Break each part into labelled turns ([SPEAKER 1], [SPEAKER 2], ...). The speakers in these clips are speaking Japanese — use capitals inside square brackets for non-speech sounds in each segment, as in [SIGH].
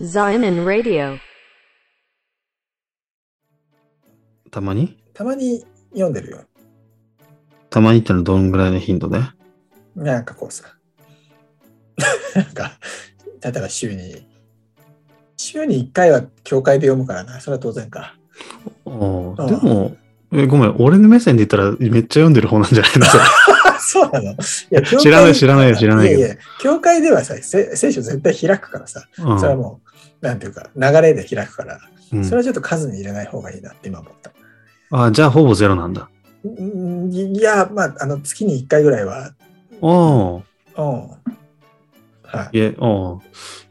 [SPEAKER 1] Zion Radio.
[SPEAKER 2] たまに
[SPEAKER 3] たまに読んでるよ。
[SPEAKER 2] たまにってのはどんぐらいの頻度で
[SPEAKER 3] なんかこうさ。 [LAUGHS] なんか、例えば週に、週に1回は教会で読むからな。それは当然か。 [LAUGHS]
[SPEAKER 2] おー
[SPEAKER 3] ああ
[SPEAKER 2] でも、えごめん、俺の目線で言ったらめっちゃ読んでる方なんじゃないのそれ
[SPEAKER 3] そうなの。いや教会
[SPEAKER 2] 知らない知らないよ知らないよ
[SPEAKER 3] いやいや、教会ではさ、せ聖書絶対開くからさ。 [LAUGHS]
[SPEAKER 2] うん
[SPEAKER 3] それはもう、なんていうか、流れで開くから、
[SPEAKER 2] うん
[SPEAKER 3] それはちょっと数に入れない方がいいなって今思った。
[SPEAKER 2] あじゃあほぼゼロなんだ。
[SPEAKER 3] うんいや、まあ、あの、月に1回ぐらいは、
[SPEAKER 2] おー
[SPEAKER 3] うん。はい
[SPEAKER 2] や、おー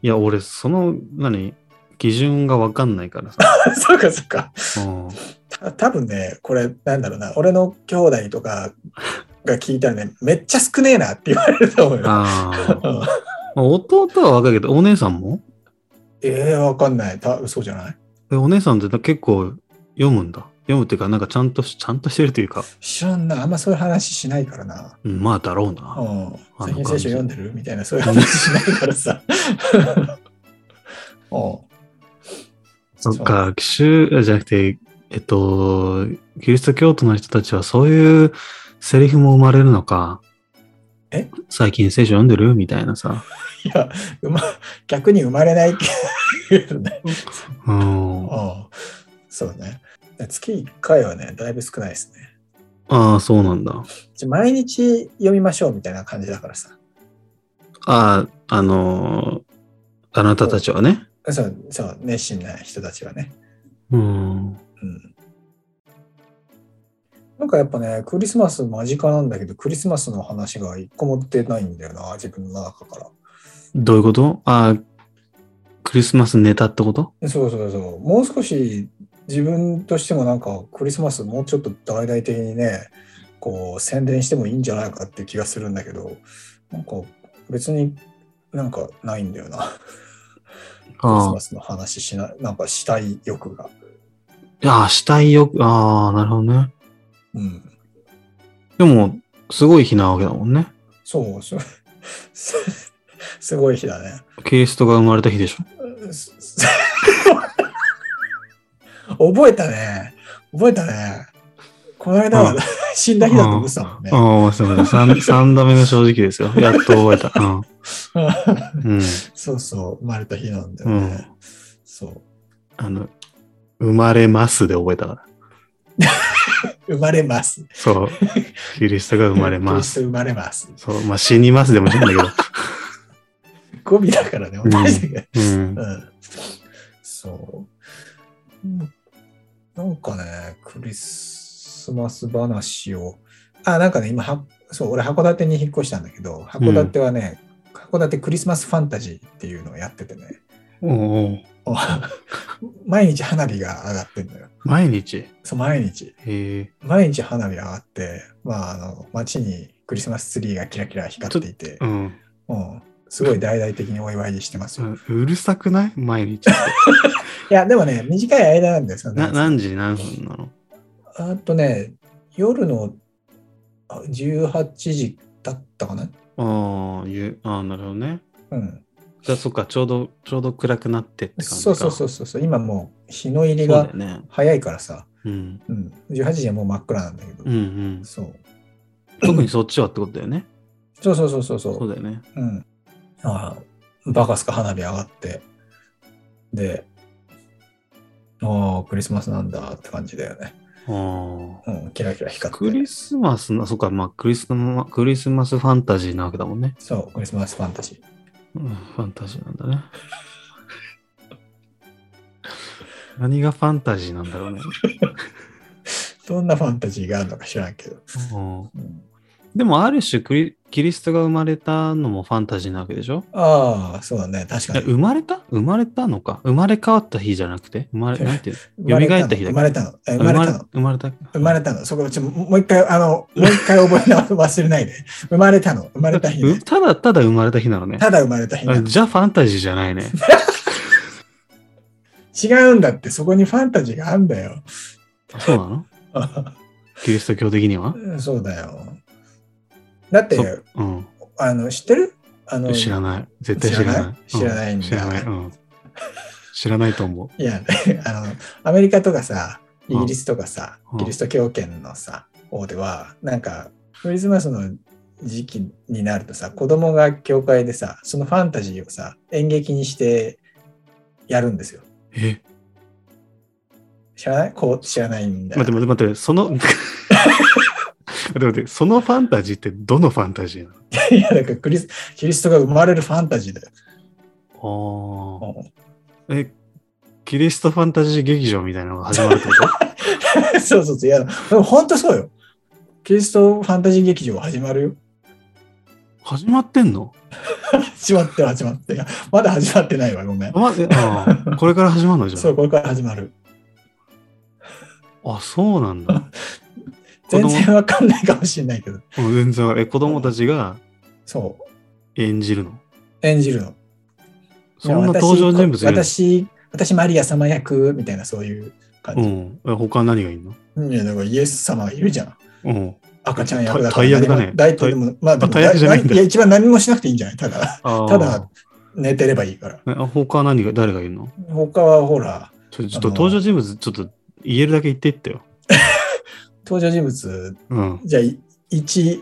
[SPEAKER 2] いや、俺、その、何、基準がわかんないから
[SPEAKER 3] [LAUGHS]
[SPEAKER 2] さ。
[SPEAKER 3] い。そうかそうか。
[SPEAKER 2] うん
[SPEAKER 3] た多分ねこれなんだろうな俺の兄弟とかが聞いたらねめっちゃ少ねえなって言われると [LAUGHS] 思うよ。
[SPEAKER 2] あーまあ弟は若いけど、お姉さんも
[SPEAKER 3] ええー、わかんないたそうじゃない
[SPEAKER 2] えお姉さんって結構読むんだ。読むっていうか、なんかちゃんとし、ちゃんとしてるというか、
[SPEAKER 3] 知らんなあんまそういう話しないからな。
[SPEAKER 2] うん、まあだろう
[SPEAKER 3] う
[SPEAKER 2] な。
[SPEAKER 3] ん、
[SPEAKER 2] あ
[SPEAKER 3] 最近聖書読んでるみたいなそういう
[SPEAKER 2] 感
[SPEAKER 3] 話しないからさ。 [LAUGHS] お
[SPEAKER 2] そっか、奇襲じゃなくて、えっと、キリスト教徒の人たちはそういうセリフも生まれるのか。
[SPEAKER 3] え
[SPEAKER 2] 最近聖書読んでるみたいなさ。
[SPEAKER 3] いや、うま、逆に生まれないっていうね。
[SPEAKER 2] うん。あ
[SPEAKER 3] うんそうね。月1回はね、だいぶ少ないですね。
[SPEAKER 2] あ、そうなんだ。
[SPEAKER 3] じゃあ毎日読みましょうみたいな感じだからさ。
[SPEAKER 2] ああ、あのーあなたたちはね。
[SPEAKER 3] そう、そう、熱心な人たちはね。
[SPEAKER 2] うん。
[SPEAKER 3] うん。なんかやっぱね、クリスマス間近なんだけど、クリスマスの話が一個も出ないんだよな、自分の中から。
[SPEAKER 2] どういうことああ、クリスマスネタってこと
[SPEAKER 3] そうそうそう。もう少し自分としてもなんかクリスマスもうちょっと大々的にね、こう宣伝してもいいんじゃないかっていう気がするんだけど、なんか別になんかないんだよな。クリス
[SPEAKER 2] ああ
[SPEAKER 3] マスの話しない、なんかしたい欲が。
[SPEAKER 2] いや、したいよ。ああ、なるほどね。
[SPEAKER 3] うん。
[SPEAKER 2] でも、すごい日なわけだもんね。
[SPEAKER 3] そう、 [LAUGHS] そうすすごい日だね。
[SPEAKER 2] キリストが生まれた日でしょ。
[SPEAKER 3] すす覚えたね。覚えたね。この間は
[SPEAKER 2] うん
[SPEAKER 3] 死んだ日だと思ってたもんね。
[SPEAKER 2] ああ、すいません。3, [LAUGHS] 度目の正直ですよ。やっと覚えた。うん。うん。
[SPEAKER 3] そうそう、生まれた日なんだよね。そう。
[SPEAKER 2] あの、生まれますで覚えたから。
[SPEAKER 3] 生まれます。
[SPEAKER 2] [LAUGHS] そう。キリストが生まれま
[SPEAKER 3] キリスト
[SPEAKER 2] す。
[SPEAKER 3] 生まれます。
[SPEAKER 2] そう。まあ、死にますでもいいんだけど。
[SPEAKER 3] 語尾だからね、
[SPEAKER 2] ん
[SPEAKER 3] 同じだけ
[SPEAKER 2] [LAUGHS]
[SPEAKER 3] ど。
[SPEAKER 2] うん
[SPEAKER 3] う。ん。そう。うんなんかね、クリスマス話を。あ、なんかね、今は、そう、俺、函館に引っ越したんだけど、函館はね、函館クリスマスファンタジーっていうのをやっててね、 [LAUGHS]
[SPEAKER 2] おうおう
[SPEAKER 3] お毎日花火が上がってんだよ。
[SPEAKER 2] 毎日。
[SPEAKER 3] そう、毎日。
[SPEAKER 2] へ
[SPEAKER 3] 毎日花火上がって、まあ、あの、街にクリスマスツリーがキラキラ光っていて
[SPEAKER 2] え。う、ん。
[SPEAKER 3] うん、すごい大々的にお祝いしてます
[SPEAKER 2] う
[SPEAKER 3] よ。
[SPEAKER 2] んうるさくない毎日って。 [LAUGHS]
[SPEAKER 3] いや、でもね、短い間なんですよね。
[SPEAKER 2] な、何時何分なの
[SPEAKER 3] あとね、夜のあ18時だったかな。
[SPEAKER 2] ああ、ゆああ、なるほどね。
[SPEAKER 3] うん。
[SPEAKER 2] じゃあ、そっか、ちょうど、ちょうど暗くなってって感じか。。
[SPEAKER 3] そうそうそううそうそう。今もう日の入り
[SPEAKER 2] そうだ
[SPEAKER 3] が
[SPEAKER 2] よね。
[SPEAKER 3] 早いからさ、
[SPEAKER 2] うん。
[SPEAKER 3] うん、18時はもう真っ暗なんだけど、
[SPEAKER 2] うんうん。
[SPEAKER 3] そう
[SPEAKER 2] 特にそっちはってことだよね。
[SPEAKER 3] そうそうそうそうそ
[SPEAKER 2] そう
[SPEAKER 3] う。
[SPEAKER 2] だよね。
[SPEAKER 3] うん、ああ、バカすか花火上がって、で、ああ、クリスマスなんだって感じだよね。
[SPEAKER 2] ああ。
[SPEAKER 3] うん、キラキラ光って。
[SPEAKER 2] クリスマスの、そっか、まあクリスマ、クリスマスファンタジーなわけだもんね。
[SPEAKER 3] そう、クリスマスファンタジー。
[SPEAKER 2] うん、ファンタジーなんだね。 [LAUGHS] 何がファンタジーなんだろうね。
[SPEAKER 3] どんなファンタジーがあるのか知らんけど。
[SPEAKER 2] うん
[SPEAKER 3] うん
[SPEAKER 2] でも、ある種クリ、キリストが生まれたのもファンタジーなわけでしょ
[SPEAKER 3] ああ、そうだね。確か
[SPEAKER 2] え
[SPEAKER 3] に。
[SPEAKER 2] 生まれた生まれたのか。生まれ変わった日じゃなくて、生まれ、なんていう
[SPEAKER 3] 生まれ
[SPEAKER 2] 蘇った日だ
[SPEAKER 3] 生まれたの。え
[SPEAKER 2] の
[SPEAKER 3] 生まれたの。
[SPEAKER 2] 生まれた。
[SPEAKER 3] 生まれたの。そこ、ちょ、もう一回、あの、もう一回覚えな、忘れないで。 [LAUGHS] 生まれたの。生まれた日、ね
[SPEAKER 2] う。ただただ生まれた日なのね。
[SPEAKER 3] ただ生まれた日、
[SPEAKER 2] あ
[SPEAKER 3] ね。
[SPEAKER 2] じゃあファンタジーじゃないね。
[SPEAKER 3] 違うんだって、そこにファンタジーがあんだ [LAUGHS] よ。
[SPEAKER 2] そうなのキリスト教的には
[SPEAKER 3] そうだよ。だって
[SPEAKER 2] そ、うん。
[SPEAKER 3] あの、知ってるあの、
[SPEAKER 2] 知らない。絶対知らない。
[SPEAKER 3] 知らない知らな
[SPEAKER 2] 知らな
[SPEAKER 3] いんだ
[SPEAKER 2] い。うん知らないと
[SPEAKER 3] [LAUGHS]
[SPEAKER 2] 思う。
[SPEAKER 3] いや、あの、アメリカとかさ、イギリスとかさ
[SPEAKER 2] う、ん
[SPEAKER 3] キリスト教圏のさ、方では、なんか、クリスマスの時期になるとさ、子供が教会でさ、そのファンタジーをさ、演劇にしてやるんですよ。
[SPEAKER 2] え、
[SPEAKER 3] 知らないこう、知らないんだ
[SPEAKER 2] 待って待って待って、その、待 [LAUGHS] って待って、そのファンタジーってどのファンタジーなの
[SPEAKER 3] [LAUGHS] いや、だからクリス、キリストが生まれるファンタジーだよ。 [LAUGHS]
[SPEAKER 2] あ
[SPEAKER 3] も
[SPEAKER 2] あ。え、キリストファンタジー劇場みたいなのが始まるってこと
[SPEAKER 3] [LAUGHS] うそうそうそう、いや、でも本当そうよ。キリストファンタジー劇場始まるよ。
[SPEAKER 2] 始まってんの
[SPEAKER 3] 始まってる始まってる。まだ始まってないわ、ごめん
[SPEAKER 2] あ。まえあ
[SPEAKER 3] [LAUGHS]
[SPEAKER 2] あこれから始まるのじゃん。
[SPEAKER 3] そう、これから始まる。
[SPEAKER 2] あ、そうなんだ。子
[SPEAKER 3] 全
[SPEAKER 2] 供
[SPEAKER 3] 然わかんないかもしれないけど。
[SPEAKER 2] うん全然わかんないえ、子供たちが
[SPEAKER 3] そう、
[SPEAKER 2] 演じるの。
[SPEAKER 3] 演じるの。
[SPEAKER 2] そんな登場人物いるの
[SPEAKER 3] 私、私、私マリア様役みたいな、そういう
[SPEAKER 2] う
[SPEAKER 3] 感
[SPEAKER 2] ん。え他何がいるの
[SPEAKER 3] じ。いや、だからイエス様がいるじゃん。
[SPEAKER 2] うん。
[SPEAKER 3] 赤ちゃん役だ
[SPEAKER 2] た大役だね
[SPEAKER 3] 大体でも、まあ、でも
[SPEAKER 2] 大役じゃないんだ
[SPEAKER 3] いや、一番何もしなくていいんじゃないただ、
[SPEAKER 2] あー
[SPEAKER 3] ただ、寝てればいいから。
[SPEAKER 2] えあ他何が、誰がいるの
[SPEAKER 3] 他はほら、
[SPEAKER 2] ちょちょっ
[SPEAKER 3] あ
[SPEAKER 2] と
[SPEAKER 3] の
[SPEAKER 2] 登場人物、ちょっと言えるだけ言っていってよ。
[SPEAKER 3] 登場人物、
[SPEAKER 2] うん。
[SPEAKER 3] じゃあ、い1、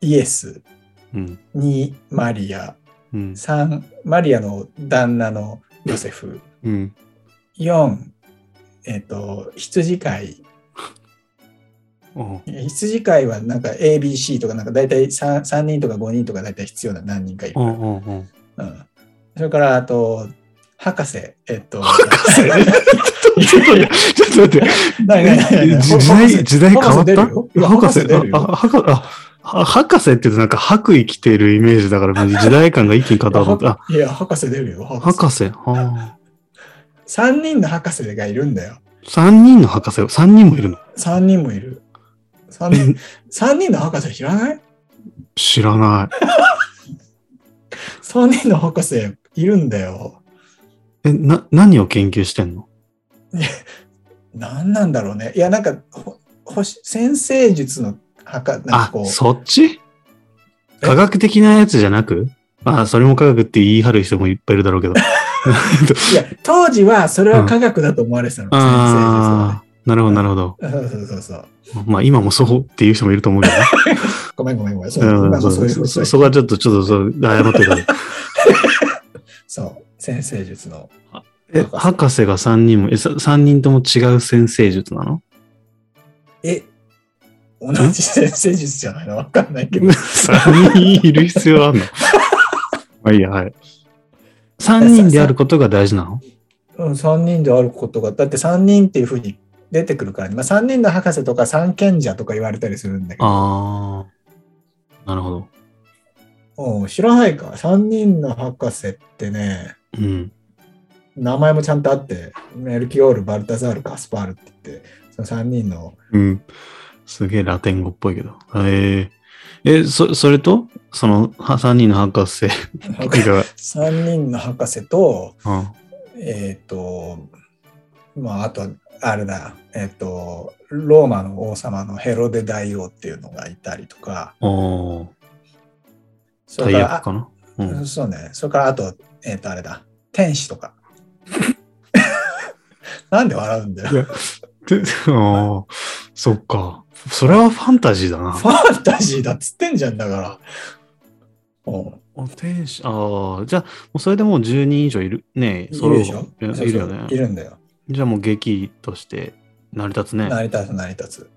[SPEAKER 3] イエス、
[SPEAKER 2] うん。
[SPEAKER 3] 2、マリア、
[SPEAKER 2] うん。
[SPEAKER 3] 3、マリアの旦那のヨセフ、
[SPEAKER 2] うん。
[SPEAKER 3] 4、えっ、と、羊飼い、
[SPEAKER 2] うん
[SPEAKER 3] 羊飼いはなんか ABC とかなんか大体 3, 3人とか5人とか大体必要な何人かいる
[SPEAKER 2] う
[SPEAKER 3] から、
[SPEAKER 2] んうんうん。
[SPEAKER 3] うんそれからあと博士えっ
[SPEAKER 2] [LAUGHS]
[SPEAKER 3] と
[SPEAKER 2] 博士ちょっと待って、ちょっと待って。
[SPEAKER 3] 何何何何
[SPEAKER 2] 時
[SPEAKER 3] 博
[SPEAKER 2] 代、
[SPEAKER 3] 士
[SPEAKER 2] 時代変わった
[SPEAKER 3] 博士出るよ
[SPEAKER 2] あ、博士、あ、あ博士って言うとなんか白衣着てるイメージだから、もう時代感が一気に変わったと思った。 [LAUGHS]
[SPEAKER 3] いや博士出るよ
[SPEAKER 2] あ、
[SPEAKER 3] 博士
[SPEAKER 2] 博士。あ
[SPEAKER 3] 3人の博士がいるんだよ
[SPEAKER 2] 3人の博士を、3人もいるの。
[SPEAKER 3] 3人もいる 3, 人
[SPEAKER 2] え
[SPEAKER 3] 3人の博士知らない
[SPEAKER 2] 知らない。
[SPEAKER 3] ?3 人の博士いるんだよ
[SPEAKER 2] え、な、何を研究してんの
[SPEAKER 3] 何なんだろうねいやなんかほ星先生術の博なんか
[SPEAKER 2] あ
[SPEAKER 3] こ、う
[SPEAKER 2] そっち科学的なやつじゃなくまあ、それも科学って言い張る人もいっぱいいるだろう [LAUGHS] けど。
[SPEAKER 3] いや、当時はそれは科学だと思われてたの。
[SPEAKER 2] ああ、なるほど、なるほど。
[SPEAKER 3] 先生ですよねそうそうそうそう。
[SPEAKER 2] まあ、今もそうっていう人もいると思うけどね。
[SPEAKER 3] ごめんごめんごめん。そう
[SPEAKER 2] うん
[SPEAKER 3] [LAUGHS] 今もそういう
[SPEAKER 2] そ
[SPEAKER 3] ふう
[SPEAKER 2] う
[SPEAKER 3] に
[SPEAKER 2] そそこはちょっと、ちょっとそう、謝ってた。
[SPEAKER 3] そう、先生術の。
[SPEAKER 2] え、[LAUGHS]
[SPEAKER 3] 博士
[SPEAKER 2] 博士が3人も、え、3人とも違う先生術な
[SPEAKER 3] [LAUGHS]
[SPEAKER 2] の
[SPEAKER 3] え、同じ先生術じゃないのわかんない
[SPEAKER 2] [LAUGHS]
[SPEAKER 3] けど。
[SPEAKER 2] ?3 人いる必要あ
[SPEAKER 3] [LAUGHS]
[SPEAKER 2] んのまあいいや、はい。3人であることが大事なの
[SPEAKER 3] うん、3人であることが、だって3人っていうふうに出てくるから、ね、まあ3人の博士とか三賢者とか言われたりするんだけど、
[SPEAKER 2] ああ、なるほど。
[SPEAKER 3] うん、知らないか。3人の博士ってね、
[SPEAKER 2] うん。
[SPEAKER 3] 名前もちゃんとあって、メルキオール、バルタザール、カスパールって言って、その3人の
[SPEAKER 2] [LAUGHS] うん。すげえラテン語っぽいけど。えー、え、そ、それと、その、3人の博士が、
[SPEAKER 3] 3人の博士と、
[SPEAKER 2] [LAUGHS] うん。
[SPEAKER 3] えっ、と、まあ、あと、あれだ、えっ、と、ローマの王様のヘロデ大王っていうのがいたりとか、
[SPEAKER 2] おー、
[SPEAKER 3] そ
[SPEAKER 2] 大
[SPEAKER 3] れから、
[SPEAKER 2] 役かなう
[SPEAKER 3] あ
[SPEAKER 2] ん。
[SPEAKER 3] そうね、それからあと、えっ、と、あれだ、天使とか。 [LAUGHS] なんで笑うんだ [LAUGHS] よ。
[SPEAKER 2] で、ああ、そっか。それはファンタジーだな。
[SPEAKER 3] ファンタジーだっつってんじゃんだから。うん
[SPEAKER 2] お天使、ああ、じゃあ、もうそれでもう10人以上いるね。
[SPEAKER 3] い
[SPEAKER 2] そ
[SPEAKER 3] る
[SPEAKER 2] れ
[SPEAKER 3] でしょ
[SPEAKER 2] いや
[SPEAKER 3] そうそう
[SPEAKER 2] いるよね
[SPEAKER 3] い。るんだよ。
[SPEAKER 2] じゃあもう劇として成り立つね。
[SPEAKER 3] 成り立つ成り立つ。だか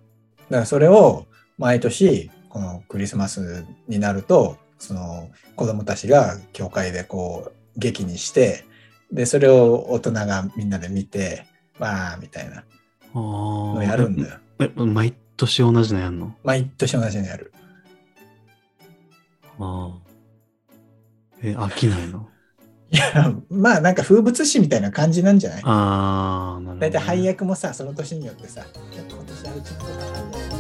[SPEAKER 3] らそれを毎年このクリスマスになるとその子供たちが教会でこう劇にしてでそれを大人がみんなで見てわーみたいな
[SPEAKER 2] あ
[SPEAKER 3] の
[SPEAKER 2] あ。
[SPEAKER 3] やるんだよ。
[SPEAKER 2] え。え毎年同じのやんの
[SPEAKER 3] 毎年同じのやる。 [LAUGHS]
[SPEAKER 2] ああ。え、飽きないの
[SPEAKER 3] いやまあなんか風物詩みたいな感じなんじゃない
[SPEAKER 2] ああ、なるほど、ね。
[SPEAKER 3] 大体配役もさその年によってさ今年あれちょっと。